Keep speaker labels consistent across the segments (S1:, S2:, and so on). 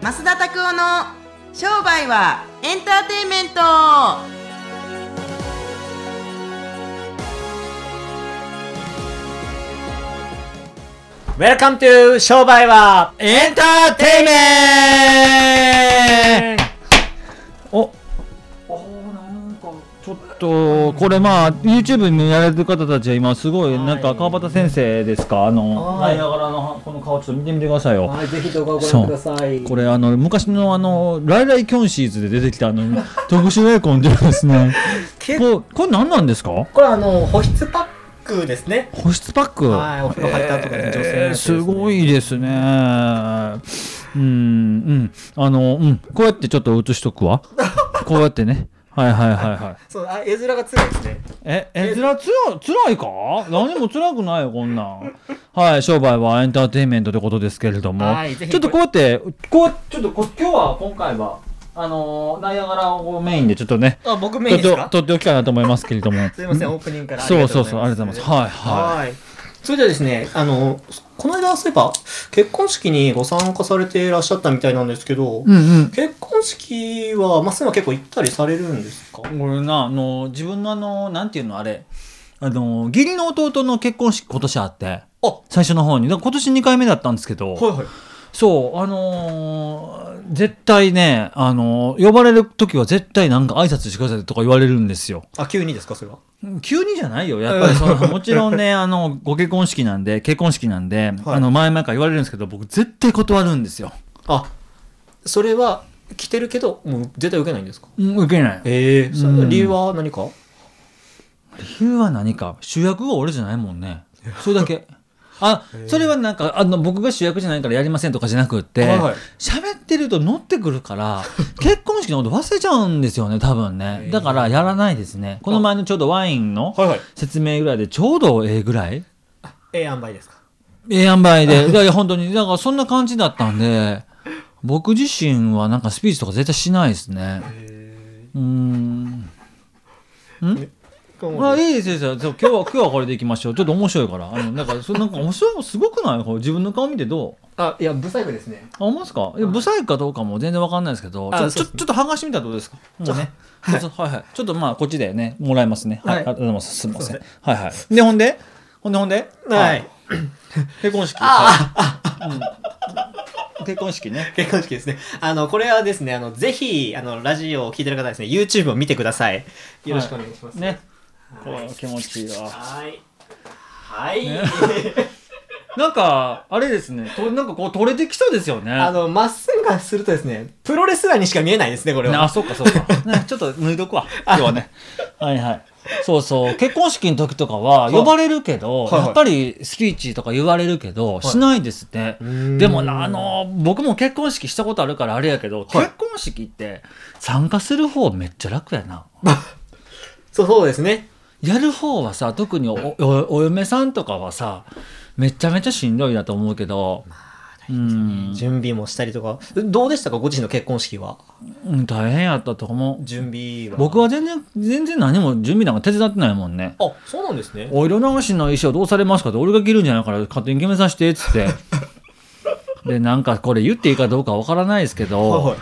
S1: 増田拓夫の商売はエンターテインメント
S2: ウェルカム to 商売はエンターテイメン
S3: おおなんかちょっとこれまあ YouTube にやられてる方たちは今すごいなんか川端先生ですかあの
S2: は
S3: ナ
S2: い
S3: イアガラのこの顔ちょっと見てみてくださいよ
S2: トはい、ぜひ動画をご覧ください。
S3: これあの昔のあのライライキョンシーズで出てきたあの 特殊エイコンでですね
S2: 結
S3: ここれ何なんですか
S2: これあの、保湿パックですね。
S3: 保湿パック
S2: はい、お風呂入った後とかに女性のやつ
S3: えーすご
S2: い。
S3: いですねうんうんあのうんこうやってちょっと映しとく わこうやってねはいはいはいはい
S2: そう、あ絵面が強いですね。
S3: え、え、つら、つら、つらいか何もつらくないよ、こんなん。はい、商売はエンターテインメントってことですけれども。
S2: はいぜひ
S3: ちょっとこうやって、こう、ちょっとこ、今日は、今回は、あのー、ナイアガラをメインでちょっとね、
S2: あ、僕メイ
S3: 取
S2: ンです
S3: っ
S2: か
S3: とっておきたいなと思いますけれども。
S2: すいません、オープニングから。
S3: そうそうそう、ありがとうございます。はい、
S2: は。
S3: はい
S2: それではですね、あの、この間、そういえば、結婚式にご参加されていらっしゃったみたいなんですけど、
S3: い。うんうん。
S2: 結婚式は、まっすぐは結構行ったりされるんですか
S3: 俺な、あのー、自分のあのー、なんていうの、あれ、あのー、義理の弟の結婚式今年あって、
S2: あ、は
S3: 最初の方に、だから今年2回目だったんですけど、
S2: いはい。
S3: そう、あのー絶対ね、あのー呼ばれる時は絶対なんか挨拶してくださいとか言われるんですよ。
S2: あ、急にですか、それは。
S3: 急にじゃないよ。やっぱりその、もちろんね、あの、ご結婚式なんで、結婚式なんで、
S2: はい
S3: あの、前々から言われるんですけど、僕絶対断るんですよ。
S2: あ、それは、来てるけど、もう絶対受けないんですか
S3: うん、受けない。
S2: ええ
S3: それは
S2: 理
S3: 理
S2: 由
S3: 由
S2: は何か
S3: 理由は何か主役が俺じゃないもんねそれだけあそれはなんかあの僕が主役じゃないからやりませんとかじゃなくって
S2: はいはい
S3: 喋ってると乗ってくるから 結婚式のこと忘れちゃうんですよね多分ねだからやらないですねこの前のちょうどワインの
S2: はいはい
S3: 説明ぐらいでちょうどええぐらい
S2: ええ塩梅ですか。
S3: ええ塩梅でいやいや本当にだからそんな感じだったんで僕自身はなんかスピーチとか絶対しないですねうーんまあいいですよいいですよそう今日は今日はこれでいきましょうちょっと面白いからあのなんかそれなんか面白いすごくないこれ自分の顔見てどう
S2: あ、いや、不細工ですね。
S3: あ思いますかいや不細工かどうかも全然わかんないですけどち
S2: あ
S3: ょ
S2: そう
S3: ちょ
S2: そう
S3: ちょっと剥がしてみたらどうですかもうねそうそうはいはいちょっとまあこっちでねもらいますねはい、
S2: はい
S3: ありがとうございますすみませんはいはいでほんでほんでほんで
S2: は
S3: はいい。結婚式はいうん結婚式ね
S2: 結婚式ですね。あの、これはですね、あの、ぜひ、あの、ラジオを聞いてる方はですね、YouTube を見てください。よろしくお願いします。
S3: ねこれ気持ちいいわ
S2: はい。はい。
S3: なんかあれですねと なんかこう取れてきそうですよね
S2: あの、まっすぐからするとですね、プロレスラーにしか見えないですね、これ
S3: ねあ、
S2: は。
S3: そうかそうか。ね、 ちょっと脱いどくわ。今日はね。はいはい。そうそう。結婚式の時とかは呼ばれるけど、
S2: はいはい
S3: やっぱりスピーチとか言われるけど、しないですね。
S2: ん
S3: でもな、あの、僕も結婚式したことあるからあれやけど、
S2: はい
S3: 結婚式って参加する方めっちゃ楽やな。
S2: そうそうですね。
S3: やる方はさ、特におおお嫁さんとかはさ、めちゃめちゃしんどいなと思うけど、うん
S2: 準備もしたりとか。どうでしたか、ご自身の結婚式は。
S3: うん、大変やったと思う。
S2: 準備は。
S3: 僕は全然、全然何も準備なんか手伝ってないもんね。
S2: あ、そうなんですね。
S3: お色直しの衣装どうされますかって俺が着るんじゃないから勝手に決めさせてっつって でなんかこれ言っていいかどうかわからないですけど、
S2: はいはい。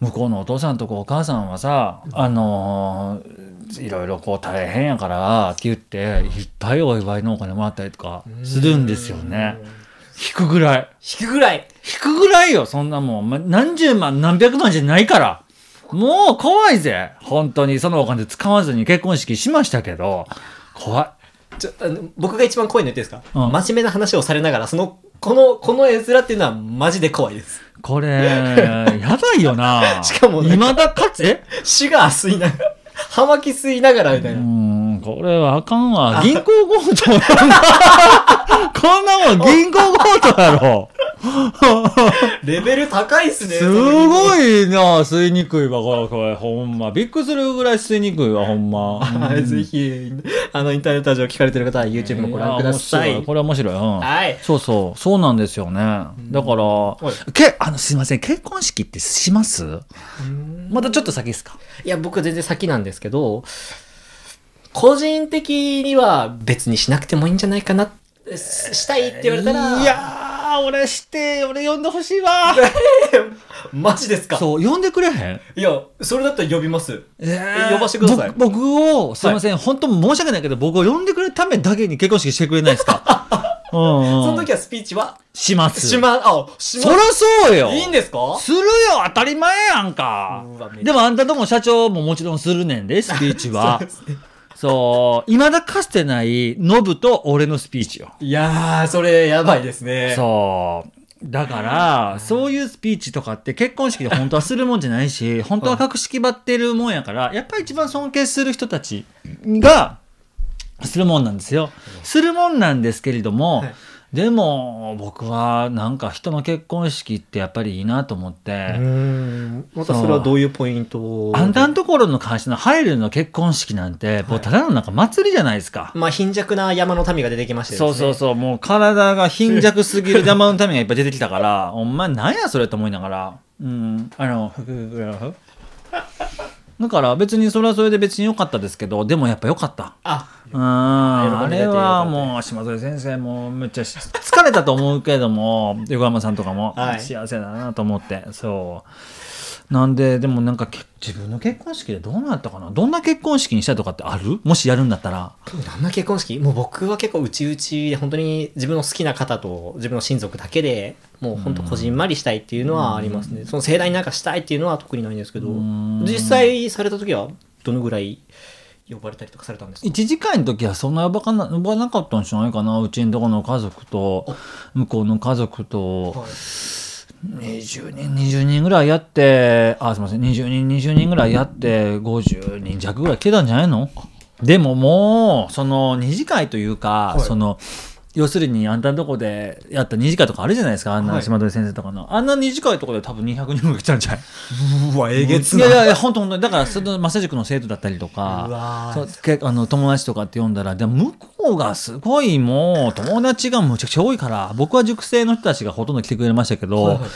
S3: 向こうのお父さんとかお母さんはさあのーいろいろこう大変やからって言っていっぱいお祝いのお金もらったりとかするんですよね引くぐらい
S2: 引くぐらい。
S3: 引くぐらいよそんなもん、ま、何十万何百万じゃないからもう怖いぜ本当にそのお金使わずに結婚式しましたけど怖い
S2: ちょあの僕が一番怖いの言っていいですか、
S3: うん
S2: 真面目な話をされながら、その、この、この絵面っていうのはマジで怖いです。
S3: これ、やばいよ な。
S2: しかもなんか
S3: 未だかつ、え
S2: シガー吸いながら、 葉巻吸いながらみたいうな。
S3: ーん、これはあかんわ。銀行強盗やな。こんなもん銀行強盗やろ。
S2: レベル高いっすね。
S3: すごいな、吸いにくいわ、これ、これ、ほんま。びっくりするぐらい吸いにくいわ、ほんま。
S2: は
S3: う
S2: い、
S3: ん
S2: ぜひ、あの、インターネットラジオ聞かれてる方は YouTube もご覧くださ
S3: や面白
S2: い。
S3: これは面白い。うん
S2: はい
S3: そうそう。そうなんですよね。だから、
S2: い
S3: け、あの、すいません。結婚式ってしますまたちょっと先ですか
S2: いや、僕全然先なんですけど、個人的には別にしなくてもいいんじゃないかな、ししたいって言われたら、
S3: いやー、俺して、俺呼んでほしいわ。
S2: マジですか
S3: そう、呼んでくれへん
S2: いや、それだったら呼びます。
S3: え
S2: 呼ばせてください
S3: ぼ僕を、すいません、本当申し訳ないけど、僕を呼んでくれるためだけに結婚式してくれないですか うん、うん。
S2: その時はスピーチは
S3: します。
S2: しま、あ、し
S3: そりゃそうよ。
S2: いいんですか
S3: するよ、当たり前やんか
S2: うわめっ。ちゃ
S3: でもあんたとも社長ももちろんするねんで、スピーチ は
S2: そう。ですね
S3: そう、未だかつてない、ノブと俺のスピーチよ。
S2: いやー、それやばいですね。
S3: そう。だから、そういうスピーチとかって結婚式で本当はするもんじゃない し、本当は格式ばってるもんやから、やっぱり一番尊敬する人たちが、するもんなんですよ。するもんなんですけれども、
S2: はい
S3: でも僕はなんか人の結婚式ってやっぱりいいなと思って、
S2: ん。ま
S3: たそれはど
S2: ういうポイント
S3: あんたのところの会社の入るの結婚式なんて、もうただのなんか祭りじゃないですか。
S2: まあ、貧弱な山の民が出てきましてです
S3: そ
S2: ね。
S3: うそうそう、もう体が貧弱すぎる邪魔のためがいっぱい出てきたから、 お前なんやそれと思いながら。うん、あの、だから別にそれはそれで別に良かったですけど、でもやっぱ良かった。
S2: あ、
S3: うん、あ
S2: 喜んでくれて
S3: れ
S2: よか
S3: は
S2: った
S3: もう島添先生もむっちゃし疲れたと思うけども横山さんとかも
S2: はい
S3: 幸せだなと思ってそうなんででもなんかけ自分の結婚式でどうなったかなどんな結婚式にしたいとかってあるもしやるんだったら
S2: どんな結婚式もう僕は結構うちうちで本当に自分の好きな方と自分の親族だけで、もう本当こじんまりしたいっていうのはありますね。その盛大になんかしたいっていうのは特にないんですけど、
S3: ん
S2: 実際された時はどのぐらい呼ばれたりとかされたんですか
S3: 1時間の時はそんな呼ばかな呼ばなかったんじゃないかなうちのとこの家族と向こうの家族と。20人20人ぐらいやってあすみません20人20人ぐらいやって50人弱ぐらい来てたんじゃないのでももうその二次会というか、
S2: はい
S3: その要するにあんたのとこでやった二次会とかあるじゃないですかあん
S2: は
S3: ない島添先生とかの、あんな二次会とかで多分200人ぐらい来たんじゃないう
S2: わ、え
S3: いやいやいや本当本当だからそのマッサージ塾の生徒だったりと
S2: う
S3: か
S2: わ
S3: そ
S2: ー
S3: うけあの友達とかって呼んだらでも向こうがすごいもう友達がむちゃくちゃ多いから僕は塾生の人たちがほとんど来てくれましたけど、
S2: はいはい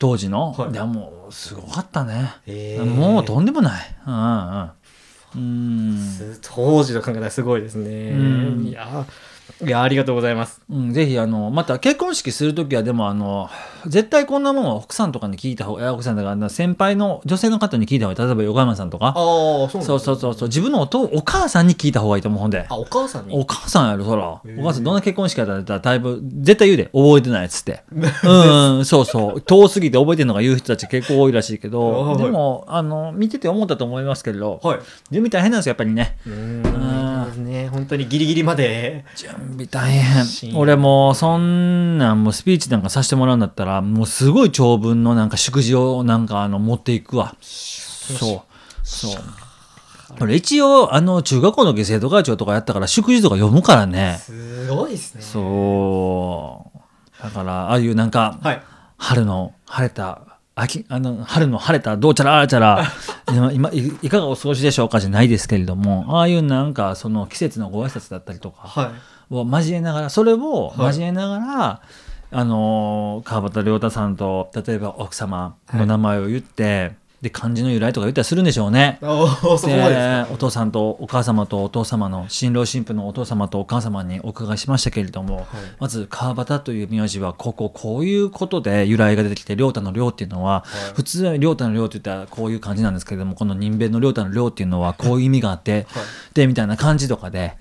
S3: 当時の、
S2: はい
S3: でもうすごかったね、
S2: へー
S3: もうとんでもないうんうんうん
S2: す当時の考えはすごいですね。
S3: うん
S2: いやー、いやーありがとうございます。
S3: うん、ぜひあのまた結婚式する時はでもあの絶対こんなもんは奥さんとかに聞いた方がいや奥さんだからあの先輩の女性の方に聞いた方がいい例えば横山さんとか
S2: ああ、そう
S3: そうそうそうそう自分のおとお母さんに聞いた方がいいと思うんで
S2: あ、お母さんに
S3: お母さんやろそら
S2: へー
S3: お母さんどんな結婚式やったらだいぶ絶対言うで覚えてないっ つってうんそうそう遠すぎて覚えてるのが言う人たち結構多いらしいけど
S2: はい
S3: でもあの見てて思ったと思いますけれど
S2: はい。
S3: 準備大変なんですよやっぱりね
S2: うーん。ね、本当にギリギリまで。
S3: 準備大変
S2: し
S3: 俺もうそんなんもうスピーチなんかさせてもらうんだったらもうすごい長文のなんか祝辞をなんかあの持っていくわそうそう俺一応あの中学校の下生徒会長とかやったから祝辞とか読むからね
S2: すごいですね。
S3: そうだからああいうなんか、
S2: はい。
S3: 春の晴れた秋あの春の晴れたどうちゃらあーちゃら 今今いいかがお過ごしでしょうかじゃないですけれどもああいうなんかその季節のご挨拶だったりとか
S2: は
S3: を交えながらそれを
S2: い
S3: 交えながら、あのー川端亮太さんと例えば奥様の名前を言って、で漢字の由来とか言ったりするんでしょうね
S2: い。。おお、そこまでですか
S3: でお父さんとお母様とお父様の新郎新婦のお父様とお母様にお伺いしましたけれども、まず川端という名字はこここういうことで由来が出てきて亮太の亮っていうのは、
S2: はい
S3: 普通は亮太の亮って言ったらこういう感じなんですけれどもこの人弁の亮太の亮っていうのはこういう意味があって、
S2: はい
S3: でみたいな感じとかで。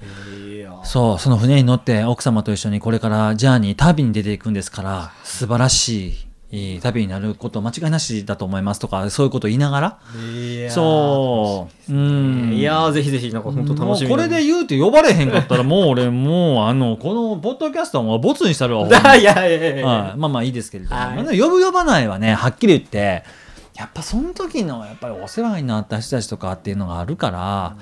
S2: いや
S3: そうその船に乗って奥様と一緒にこれからジャーニー旅に出ていくんですから素晴らしいいい旅になること間違いなしだと思いますとかそういうことを言いながら
S2: いや
S3: そう、うん、
S2: いやーぜひぜひ、なんか本当楽しみ。
S3: もうこれで、言うて呼ばれへんかったらもう俺もうあのこのポッドキャストもボツにしたるわほんま
S2: だ いやいやいやい
S3: は
S2: や
S3: い、まあまあいいですけれども、
S2: はい
S3: まあ呼ぶ呼ばないはねはっきり言ってやっぱその時のやっぱりお世話になった人たちとかっていうのがあるから、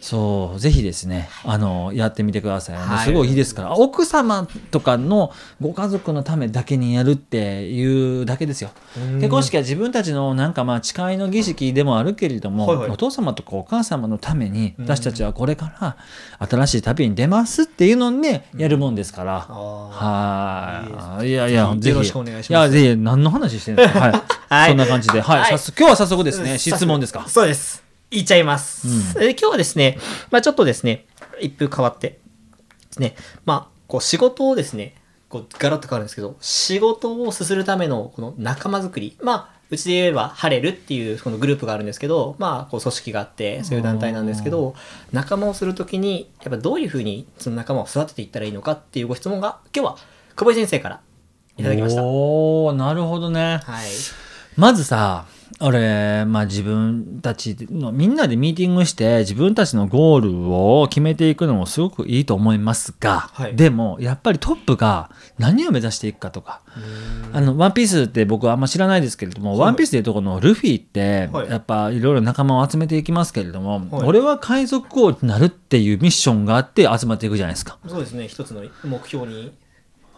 S3: そうぜひですねあのやってみてください、
S2: はい
S3: すごいいいですから奥様とかのご家族のためだけにやるっていうだけですよ
S2: うん
S3: 結婚式は自分たちのなんかまあ誓いの儀式でもあるけれども、
S2: はいはい
S3: お父様とかお母様のために私たちはこれから新しい旅に出ますっていうのねやるもんですから、
S2: あ
S3: はいい。いやいや、
S2: ぜひ
S3: ぜ
S2: よ
S3: ひ。
S2: ろしくお願いします
S3: いや、ぜひ、何の話してんですかはい。
S2: はい
S3: そんな感じで。はい。
S2: はい
S3: 早速、今日は早速で
S2: ー
S3: すね、質問ですか。
S2: そうです。言っちゃいます。えー今日はですね、まあちょっとですね、一風変わって、ですね、まあこう仕事をですね、こうガラッと変わるんですけど、仕事をすするためのこの仲間づくり、まあうちで言えば、ハレルっていうこのグループがあるんですけど、まあ、こう組織があって、そういう団体なんですけど、仲間をするときに、やっぱどういうふうにその仲間を育てていったらいいのかっていうご質問が、今日は小林先生からいただきました。は
S3: おーなるほどね。
S2: い。
S3: まずさ、俺、まあ自分たちの、みんなでミーティングして自分たちのゴールを決めていくのもすごくいいと思いますが、
S2: はい
S3: でもやっぱりトップが何を目指していくかとか、あの、ワンピースって僕はあんま知らないですけれども、ワンピースでいうとこのルフィって
S2: は、い
S3: やっぱいろいろ仲間を集めていきますけれども、
S2: はい
S3: 俺は海賊王になるっていうミッションがあって集まっていくじゃないですか。
S2: そうですね、一つの目標に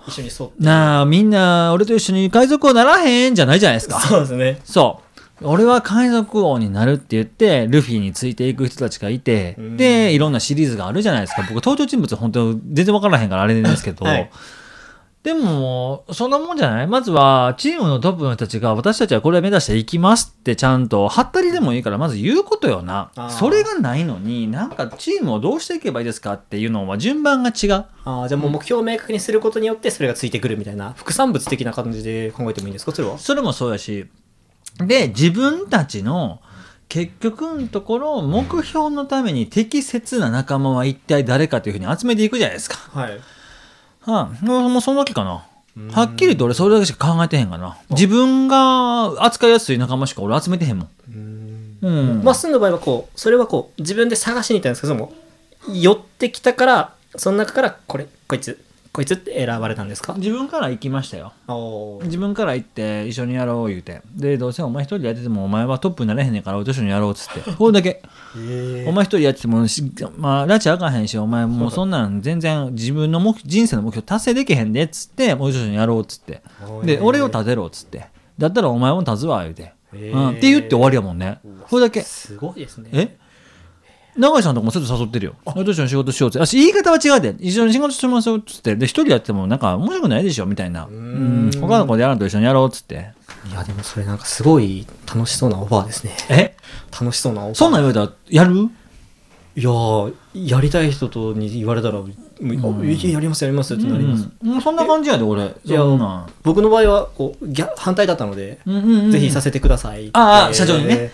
S2: 一緒に沿って。
S3: なあ、みんな俺と一緒に海賊王ならへんじゃないじゃないですか。
S2: そうですね。
S3: そう。俺は海賊王になるって言って、ルフィについていく人たちがいて、
S2: うん
S3: で、いろんなシリーズがあるじゃないですか。僕、登場人物本当全然わからへんからあれですけど、
S2: はい
S3: でも、そんなもんじゃないまずは、チームのトップの人たちが、私たちはこれを目指していきますってちゃんと、はったりでもいいから、まず言うことよな
S2: あー。
S3: それがないのに、なんかチームをどうしていけばいいですかっていうのは順番が違う。
S2: ああ、じゃあもう目標を明確にすることによって、それがついてくるみたいな、副産物的な感じで考えてもいいんですか、それは。
S3: それもそうやし、で、自分たちの結局のところ、目標のために適切な仲間は一体誰かというふうに集めていくじゃないですか。
S2: はい。
S3: はあ、もうもうそんだけかな。はっきりと俺それだけしか考えてへんかな。自分が扱いやすい仲間しか俺集めてへんもん。うん。
S2: まっすんの場合はこう、それはこう、自分で探しに行ったんですけども、寄ってきたから、その中から、これ、こいつ、こいつって選ばれたんですか
S3: 自分から行きましたよ。
S2: おー
S3: 自分から行って一緒にやろう言うて。で、どうせお前一人でやっててもお前はトップになれへんねんから俺と一緒にやろうっつって。 これだけ。お前一人やっててもし、まあ、拉致あかんへんし、お前もうそんなん全然自分の目人生の目標達成できへんでっつって、もう一緒にやろうっつって。で、俺を立てろっつって。だったらお前も立つわ、言うて。
S2: へえ
S3: うん、って言って終わりやもんね。これだけ。
S2: すごいですね。
S3: え永井さんとかもちょっと誘ってるよ。俺と一緒に仕事しようっつって。あし言い方は違うで。一緒に仕事しますよっつって。で、一人でやってもなんか面白くないでしょ、みたいな。うん。他の子でやらんと一緒にやろうっつって。
S2: いや、でもそれなんかすごい楽しそうなオファーですね。
S3: え
S2: 楽しそうなオファー。
S3: そんなん言われたらやる
S2: いやー、やりたい人とに言われたら、もうあいややりますやりますってなります。
S3: うんうんそんな感じやで、俺。
S2: いや
S3: そんなん。
S2: 僕の場合はこう逆反対だったので、
S3: うんうんうん
S2: ぜひさせてくださいって
S3: ああ社長にね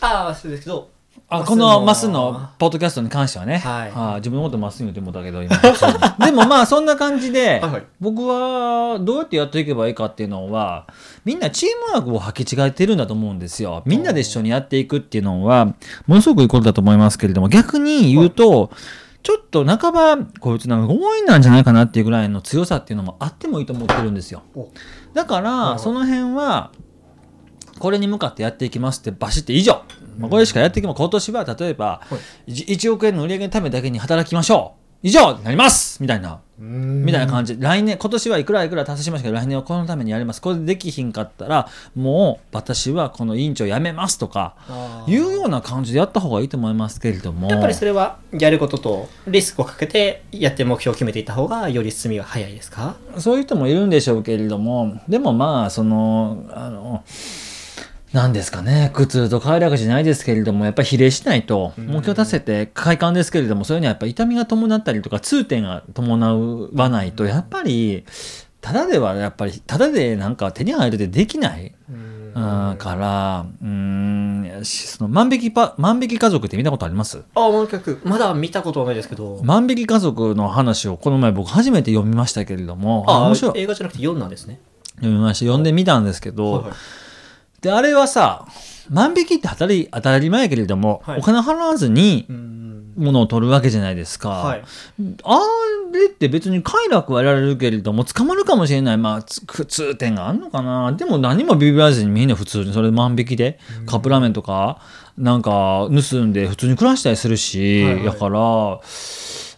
S2: ああそうですけど
S3: あこのマ
S2: マ
S3: ス
S2: ス
S3: の
S2: の
S3: ポッドキャストに関してはね、
S2: はい
S3: あ自分のことマスに言ってもうたけど今 でもまあそんな感じで
S2: はいはい
S3: 僕はどうやってやっていけばいいかっていうのはみんなチームワークを履き違えてるんだと思うんですよみんなで一緒にやっていくっていうのはものすごくいいことだと思いますけれども逆に言うと、ちょっと半ばこいつなんか強引なんじゃないかなっていうぐらいの強さっていうのもあってもいいと思ってるんですよ
S2: お
S3: だからその辺はこれに向かってやっていきますってバシッて以上、まあ、これしかやっていきま今年は例えばい1億円の売り上げのためだけに働きましょう以上になりますみたいなみ
S2: み
S3: たいな感じで来年今年はいくらいくら達成しましたけど来年はこのためにやりますこれでできひんかったらもう私はこの委員長辞めますとかいうような感じでやった方がいいと思いますけれども
S2: やっぱりそれはやることとリスクをかけてやって目標を決めていった方がより進みが早いですか
S3: そういう人もいるんでしょうけれども、でもまあ、その、あの、なんですかね、苦痛と快楽じゃないですけれども、やっぱり比例しないと、
S2: ん
S3: 目標達成って快感ですけれども、そういうのはやっぱ痛みが伴ったりとか、痛点が伴わないと、やっぱり、ただではやっぱり、ただでなんか手に入るってできない。うんから、うん、やしその万引きパ、万引き家族って見たことあります
S2: ああもう一曲まだ見たことはないですけど、
S3: 万引き家族の話をこの前僕初めて読みましたけれども、
S2: ああ
S3: 面白い。
S2: 映画じゃなくて4なんですね
S3: 読みました読んでみたんですけど、
S2: はいはい
S3: であれはさ万引きって当たり当たり前やけれども、
S2: はい
S3: お金払わずに
S2: うん
S3: 物を取るわけじゃないですか、
S2: はい
S3: あれって別に快楽は得られるけれども捕まるかもしれないまあつ苦痛点があるのかなでも何もビビらずにみんな普通にそれで万引きでカップラーメンとかなんか盗んで普通に暮らしたりするし、
S2: はいはい
S3: だから。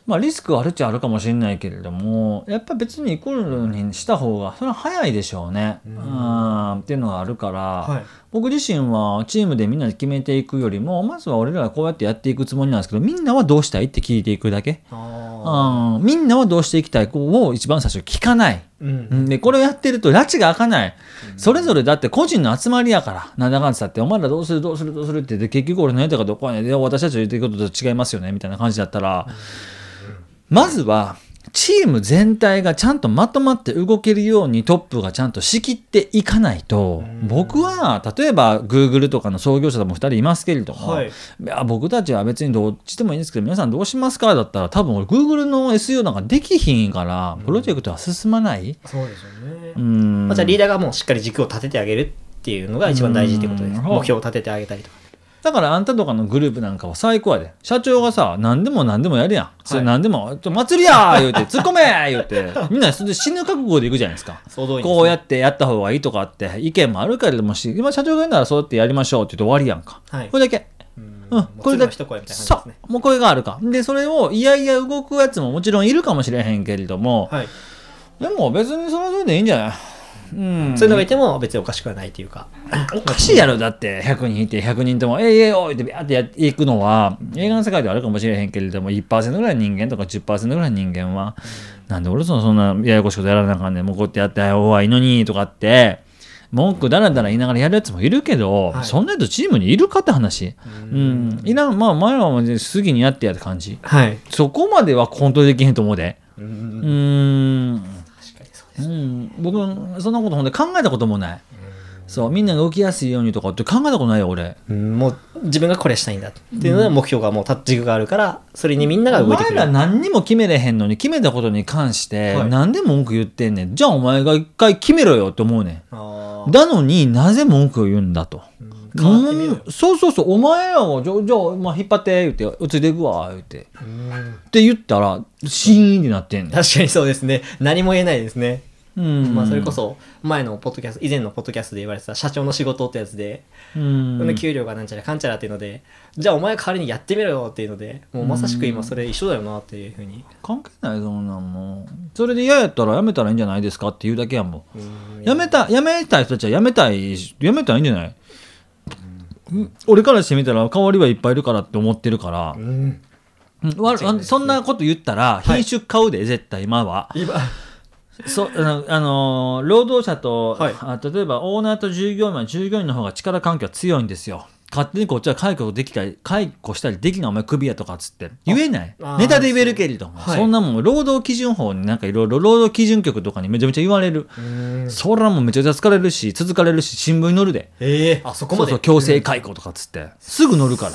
S3: まあ、リスクはあるっちゃあるかもしれないけれどもやっぱ別にイコールにした方がそれは早いでしょうね、うん、っていうのがあるから、
S2: はい
S3: 僕自身はチームでみんなで決めていくよりもまずは俺らがこうやってやっていくつもりなんですけどみんなはどうしたいって聞いていくだけ、
S2: ああ
S3: うん、みんなはどうしていきたいこうを一番最初に聞かない。
S2: うん
S3: うんでこれをやってると拉致が開かない、それぞれだって個人の集まりやからなんだかんだ言ったってお前らどうするどうするどうするってで結局俺のやりたいことはこうやねで私たちの言ってることと違いますよねみたいな感じだったら、まずはチーム全体がちゃんとまとまって動けるようにトップがちゃんと仕切っていかないと、
S2: うん
S3: 僕は例えば Google とかの創業者でも2人いますけれども、
S2: はいい
S3: や僕たちは別にどっちでもいいんですけど皆さんどうしますかだったら多分俺 Google の SEO なんかできひんからプロジェクトは進まない、
S2: そうですよね
S3: う、ん
S2: まあ、じゃあリーダーがもうしっかり軸を立ててあげるっていうのが一番大事ってことです、
S3: うん
S2: 目標を立ててあげたりとか
S3: だからあんたとかのグループなんかは最高やで社長がさ何でも何でもやるやん、それ何でも「ちょ祭りや!」言うて「突っ込め!」言う てみんなそれで死ぬ覚悟でいくじゃないですか。
S2: 総動員ですね
S3: こうやってやった方がいいとかって意見もあるけれどもし今社長が言うならそうやってやりましょうって言って終わりやんか、
S2: はい
S3: これだけ
S2: うん
S3: うん、これ
S2: もう鶴
S3: だ
S2: の一声みたいな
S3: そ
S2: 感じですね
S3: うもうこれがあるかでそれをいやいや動くやつももちろんいるかもしれへんけれども、
S2: はい
S3: でも別にそれはそれでいいんじゃないうん、
S2: そういうのがいても別におかしくはないというか、
S3: おかしいやろだって100人いて100人とも「えいえいおい」ってビャーってやっていくのは映画の世界ではあるかもしれへんけれども1%ぐらいの人間とか10%ぐらいの人間はなんで俺そのそんなややこしいことやらなあかんねんもうこうやってやって「おいのに」とかって文句だらだら言いながらやるやつもいるけど、
S2: はい
S3: そんなやつチームにいるかって話うん、いらんまあ前はもう好きにやってやって感じ
S2: はい
S3: そこまではコントロールできへんと思うで
S2: う
S3: うんーん
S2: 確かにそう
S3: うん、僕そんなことほんで考えたこともない、そうみんなが動きやすいようにとかって考えたことないよ俺
S2: うんもう自分がこれしたいんだっていうのは目標がもう立軸があるからそれにみんなが
S3: お
S2: 動いて
S3: 前
S2: くれ
S3: ら
S2: る
S3: 何にも決めれへんのに決めたことに関して、
S2: はい
S3: 何で文句言ってんねんじゃあお前が一回決めろよって思うね
S2: あ
S3: んだのになぜ文句を言うんだと、
S2: ーうん変わってみるよ
S3: うんそうそうそうお前らもじゃあじゃあ、まあ、引っ張って言って移っていくわ言ってって言ったらシーンになってんねん、
S2: 確かにそうですね何も言えないですね
S3: うん
S2: まあ、それこ、そ前のポッドキャスト以前のポッドキャストで言われてた社長の仕事ってやつで、
S3: うん
S2: その給料がなんちゃらかんちゃらっていうのでじゃあお前代わりにやってみろよっていうのでもうまさしく今それ一緒だよなっていうふうに
S3: 関係ないそんなんもうそれで嫌やったらやめたらいいんじゃないですかって言うだけやもんやめたやめたい人たちはやめたいしやめたらいいんじゃないうん俺からしてみたら代わりはいっぱいいるからって思ってるから
S2: う、ん
S3: うん
S2: 間
S3: わ
S2: 違いないですね
S3: そんなこと言った
S2: は
S3: ら
S2: い
S3: 品種買うで、絶対今は
S2: 今
S3: そあの、あのー労働者と、
S2: はい
S3: あ例えばオーナーと従業員は従業員の方が力関係は強いんですよ勝手にこっちは解雇できたり解雇したりできないお前クビやとかっつって言えない
S2: あー
S3: ネタで言えるけれども、
S2: はい
S3: そんなもん労働基準法になんかいろいろ労働基準局とかにめちゃめちゃ言われる、そりゃもうめちゃくちゃ疲れるし続かれるし新聞に載るで
S2: ええあそこまで
S3: そうそう強制解雇とかっつって、すぐ載るから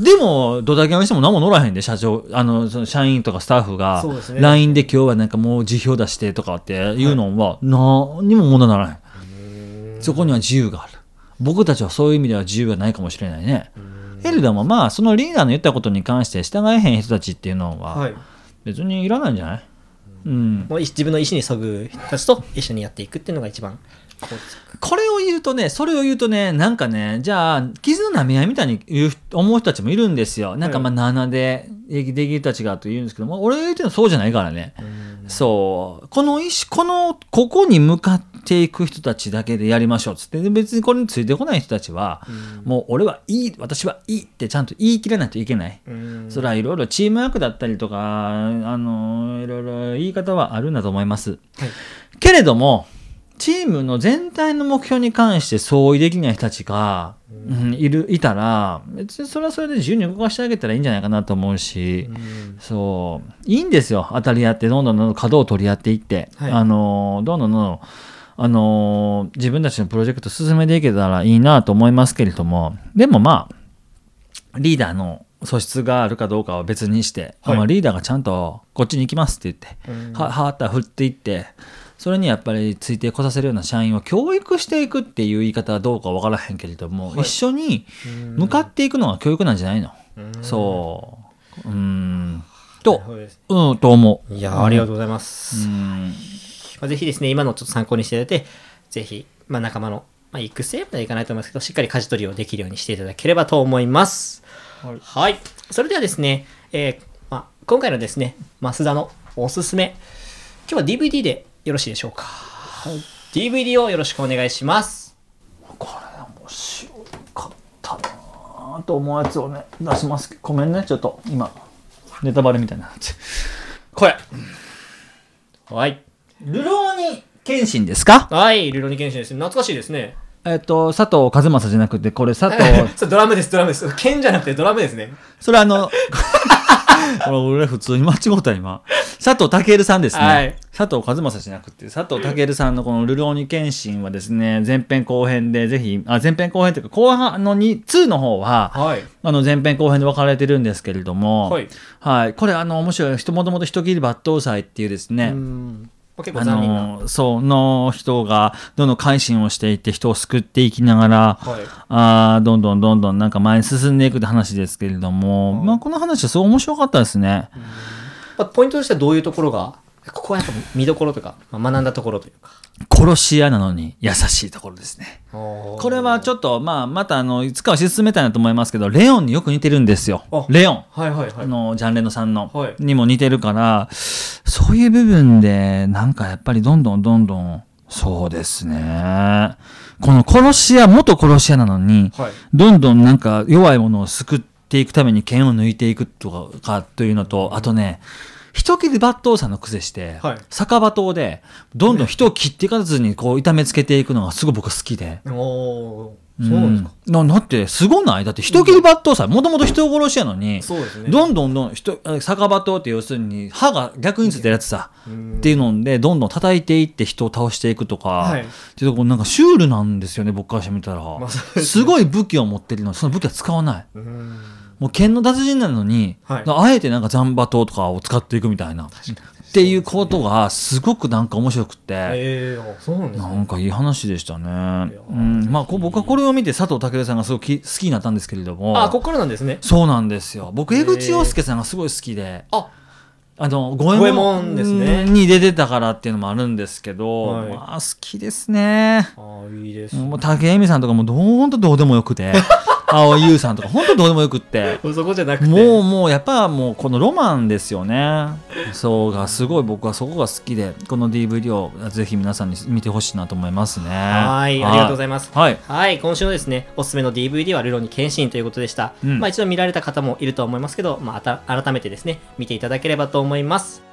S3: でもドタキャンしても何も載らへんで社長あのその社員とかスタッフが
S2: そうですね
S3: LINE で今日はなんかもう辞表出してとかっていうのは何にも問題ならへん、そこには自由がある僕たちはそういう意味では自由がないかもしれないねけれどもまあそのリーダーの言ったことに関して従えへん人たちっていうのは
S2: はい
S3: 別にいらないんじゃない、うん、
S2: もう自分の意思にそぐ人たちと一緒にやっていくっていうのが一番こう
S3: これを言うとね、それを言うとね、なんかね、じゃあ、傷の舐め合いみたいに言う思う人たちもいるんですよ。なんかまあ、7で、できる人たちがと言うんですけども、俺が言ってるのはそうじゃないからね。そう。この意思、この、ここに向かっていく人たちだけでやりましょうっつって、で別にこれについてこない人たちは、もう俺はいい、私はいいってちゃんと言い切らないといけない。
S2: うん
S3: それはいろいろチームワークだったりとか、あの、いろいろ言い方はあるんだと思います。
S2: はい
S3: けれども、チームの全体の目標に関して相違できない人たちが、うん、いる、いたら、別にそれはそれで自由に動かしてあげたらいいんじゃないかなと思うし、そう、いいんですよ。当たり合って、どんどんどんどん角を取り合っていって、
S2: はい
S3: あの、どんどんどんどん、あの、自分たちのプロジェクト進めていけたらいいなと思いますけれども、でもまあ、リーダーの素質があるかどうかは別にして、
S2: はい
S3: まあ、リーダーがちゃんとこっちに行きますって言って、
S2: うん
S3: ははーった振っていってそれにやっぱりついてこさせるような社員を教育していくっていう言い方はどうかわからへんけれども、一緒に向かっていくのが教育なんじゃないの、そううんと
S2: そうです
S3: うんと思う
S2: いやあありがとうございます、
S3: うん
S2: まあ、ぜひですね、今のちょっと参考にしていただいて、ぜひ、まあ、仲間の、まあ、育成まではいかないと思いますけど、しっかり舵取りをできるようにしていただければと思います。はい。それではですね、えーまあ、今回のですね、増田のおすすめ、今日は DVD でよろしいでしょうか。DVD をよろしくお願いします。
S3: これ面白かったなぁと思うやつをね出しますけどごめんねちょっと今ネタバレみたいになっちゃうこれ
S2: はい。
S3: ルローニ謙信ですか
S2: はい、ルロニケンシンですね。懐かしいですね。
S3: えっと、佐藤和正じゃなくて、これ佐藤、
S2: そうドラムです、ドラムです。剣じゃなくてドラムですね。
S3: それあの、俺 俺普通に間違うた今佐藤健さんですね、
S2: はい
S3: 佐藤和正じゃなくて佐藤健さんのこの「ルルオニケンシン」はですね前編後編でぜひあ前編後編というか後半の 2, 2の方は
S2: はい。
S3: あの前編後編で分かれてるんですけれども、
S2: はい
S3: はいこれあの面白い人もともと人斬り抜刀斎っていうですね、
S2: うんまあ結構
S3: あ
S2: 残忍な。
S3: のそうの人がどんどん改心をしていって人を救っていきながら、
S2: はい
S3: あーどんどんどんどんなんか前に進んでいくって話ですけれども、まあ、この話はすごい面白かったですね。
S2: まあポイントとしてはどういうところが、ここはやっぱ見どころとか、まあ学んだところというか。
S3: 殺し屋なのに優しいところですね。こ
S2: こ
S3: れはち
S2: ょっ
S3: ょっと、まあ、またあのいつかは進めたいなと思いますけどレオンによく似てるんですよ
S2: あ。
S3: レオン。
S2: と。はいはいは
S3: あ
S2: い。
S3: のジャンレノさんの、
S2: はい
S3: にも似てるからそういう部分でなんかやっぱりどんどんどんどんそうですねこの殺し屋元殺し屋なのに、
S2: はい
S3: どんどんなんか弱いものを救っていくために剣を抜いていくとかかというのとあとね人切り抜刀さんの癖して、
S2: はい
S3: 酒場刀でどんどん人を切っていかずにこう痛めつけていくのがすごい僕は好きで。
S2: おーそうなんですか。
S3: うんなだってすごないだって人切り抜刀さもともと人殺しやのに
S2: そうですね
S3: どんどんどん人あ酒場刀って要するに歯が逆についてるやつさっていうのでどんどん叩いていって人を倒していくとか、
S2: はい
S3: っていうとこなんかシュールなんですよね僕からしてみたら、
S2: あそうです
S3: す
S2: ね
S3: ごい武器を持ってるのにその武器は使わない
S2: うん
S3: もう剣の達人なのに、
S2: はい
S3: あえてなんか斬馬刀とかを使っていくみたいなっていうことがすごくなんか面白くって。
S2: ええあそうなんです
S3: な
S2: ね。
S3: んかいい話でしたね。う
S2: ぜ
S3: ん、
S2: ひ
S3: まあ、こ僕はこれを見て佐藤健さんがすごくき好きになったんですけれども。
S2: あ、ここからなんですね。
S3: そうなんですよ。僕
S2: へー
S3: 江口洋介さんがすごい好きで。
S2: あ
S3: あの五
S2: 右
S3: 右衛
S2: 衛
S3: 門
S2: 門ですね
S3: に出てたからっていうのもあるんですけど、
S2: はい
S3: まあ好きですね。
S2: あいいです。
S3: もう竹恵美さんとかもどほんとどうでもよく て、蒼井優さんとか本当どうでもよくって。
S2: そこじゃなくて。
S3: もうもうやっぱもうこのロマンですよねそうがすごい僕はそこが好きでこの DVD をぜひ皆さんに見てほしいなと思いますね
S2: はい、ありがとうございます。
S3: はい
S2: はい、今週のですね、おすすめの DVD はルロに献身ということでした。
S3: うん
S2: まあ一度見られた方もいると思いますけど、まああた改めてですね、見ていただければと思います。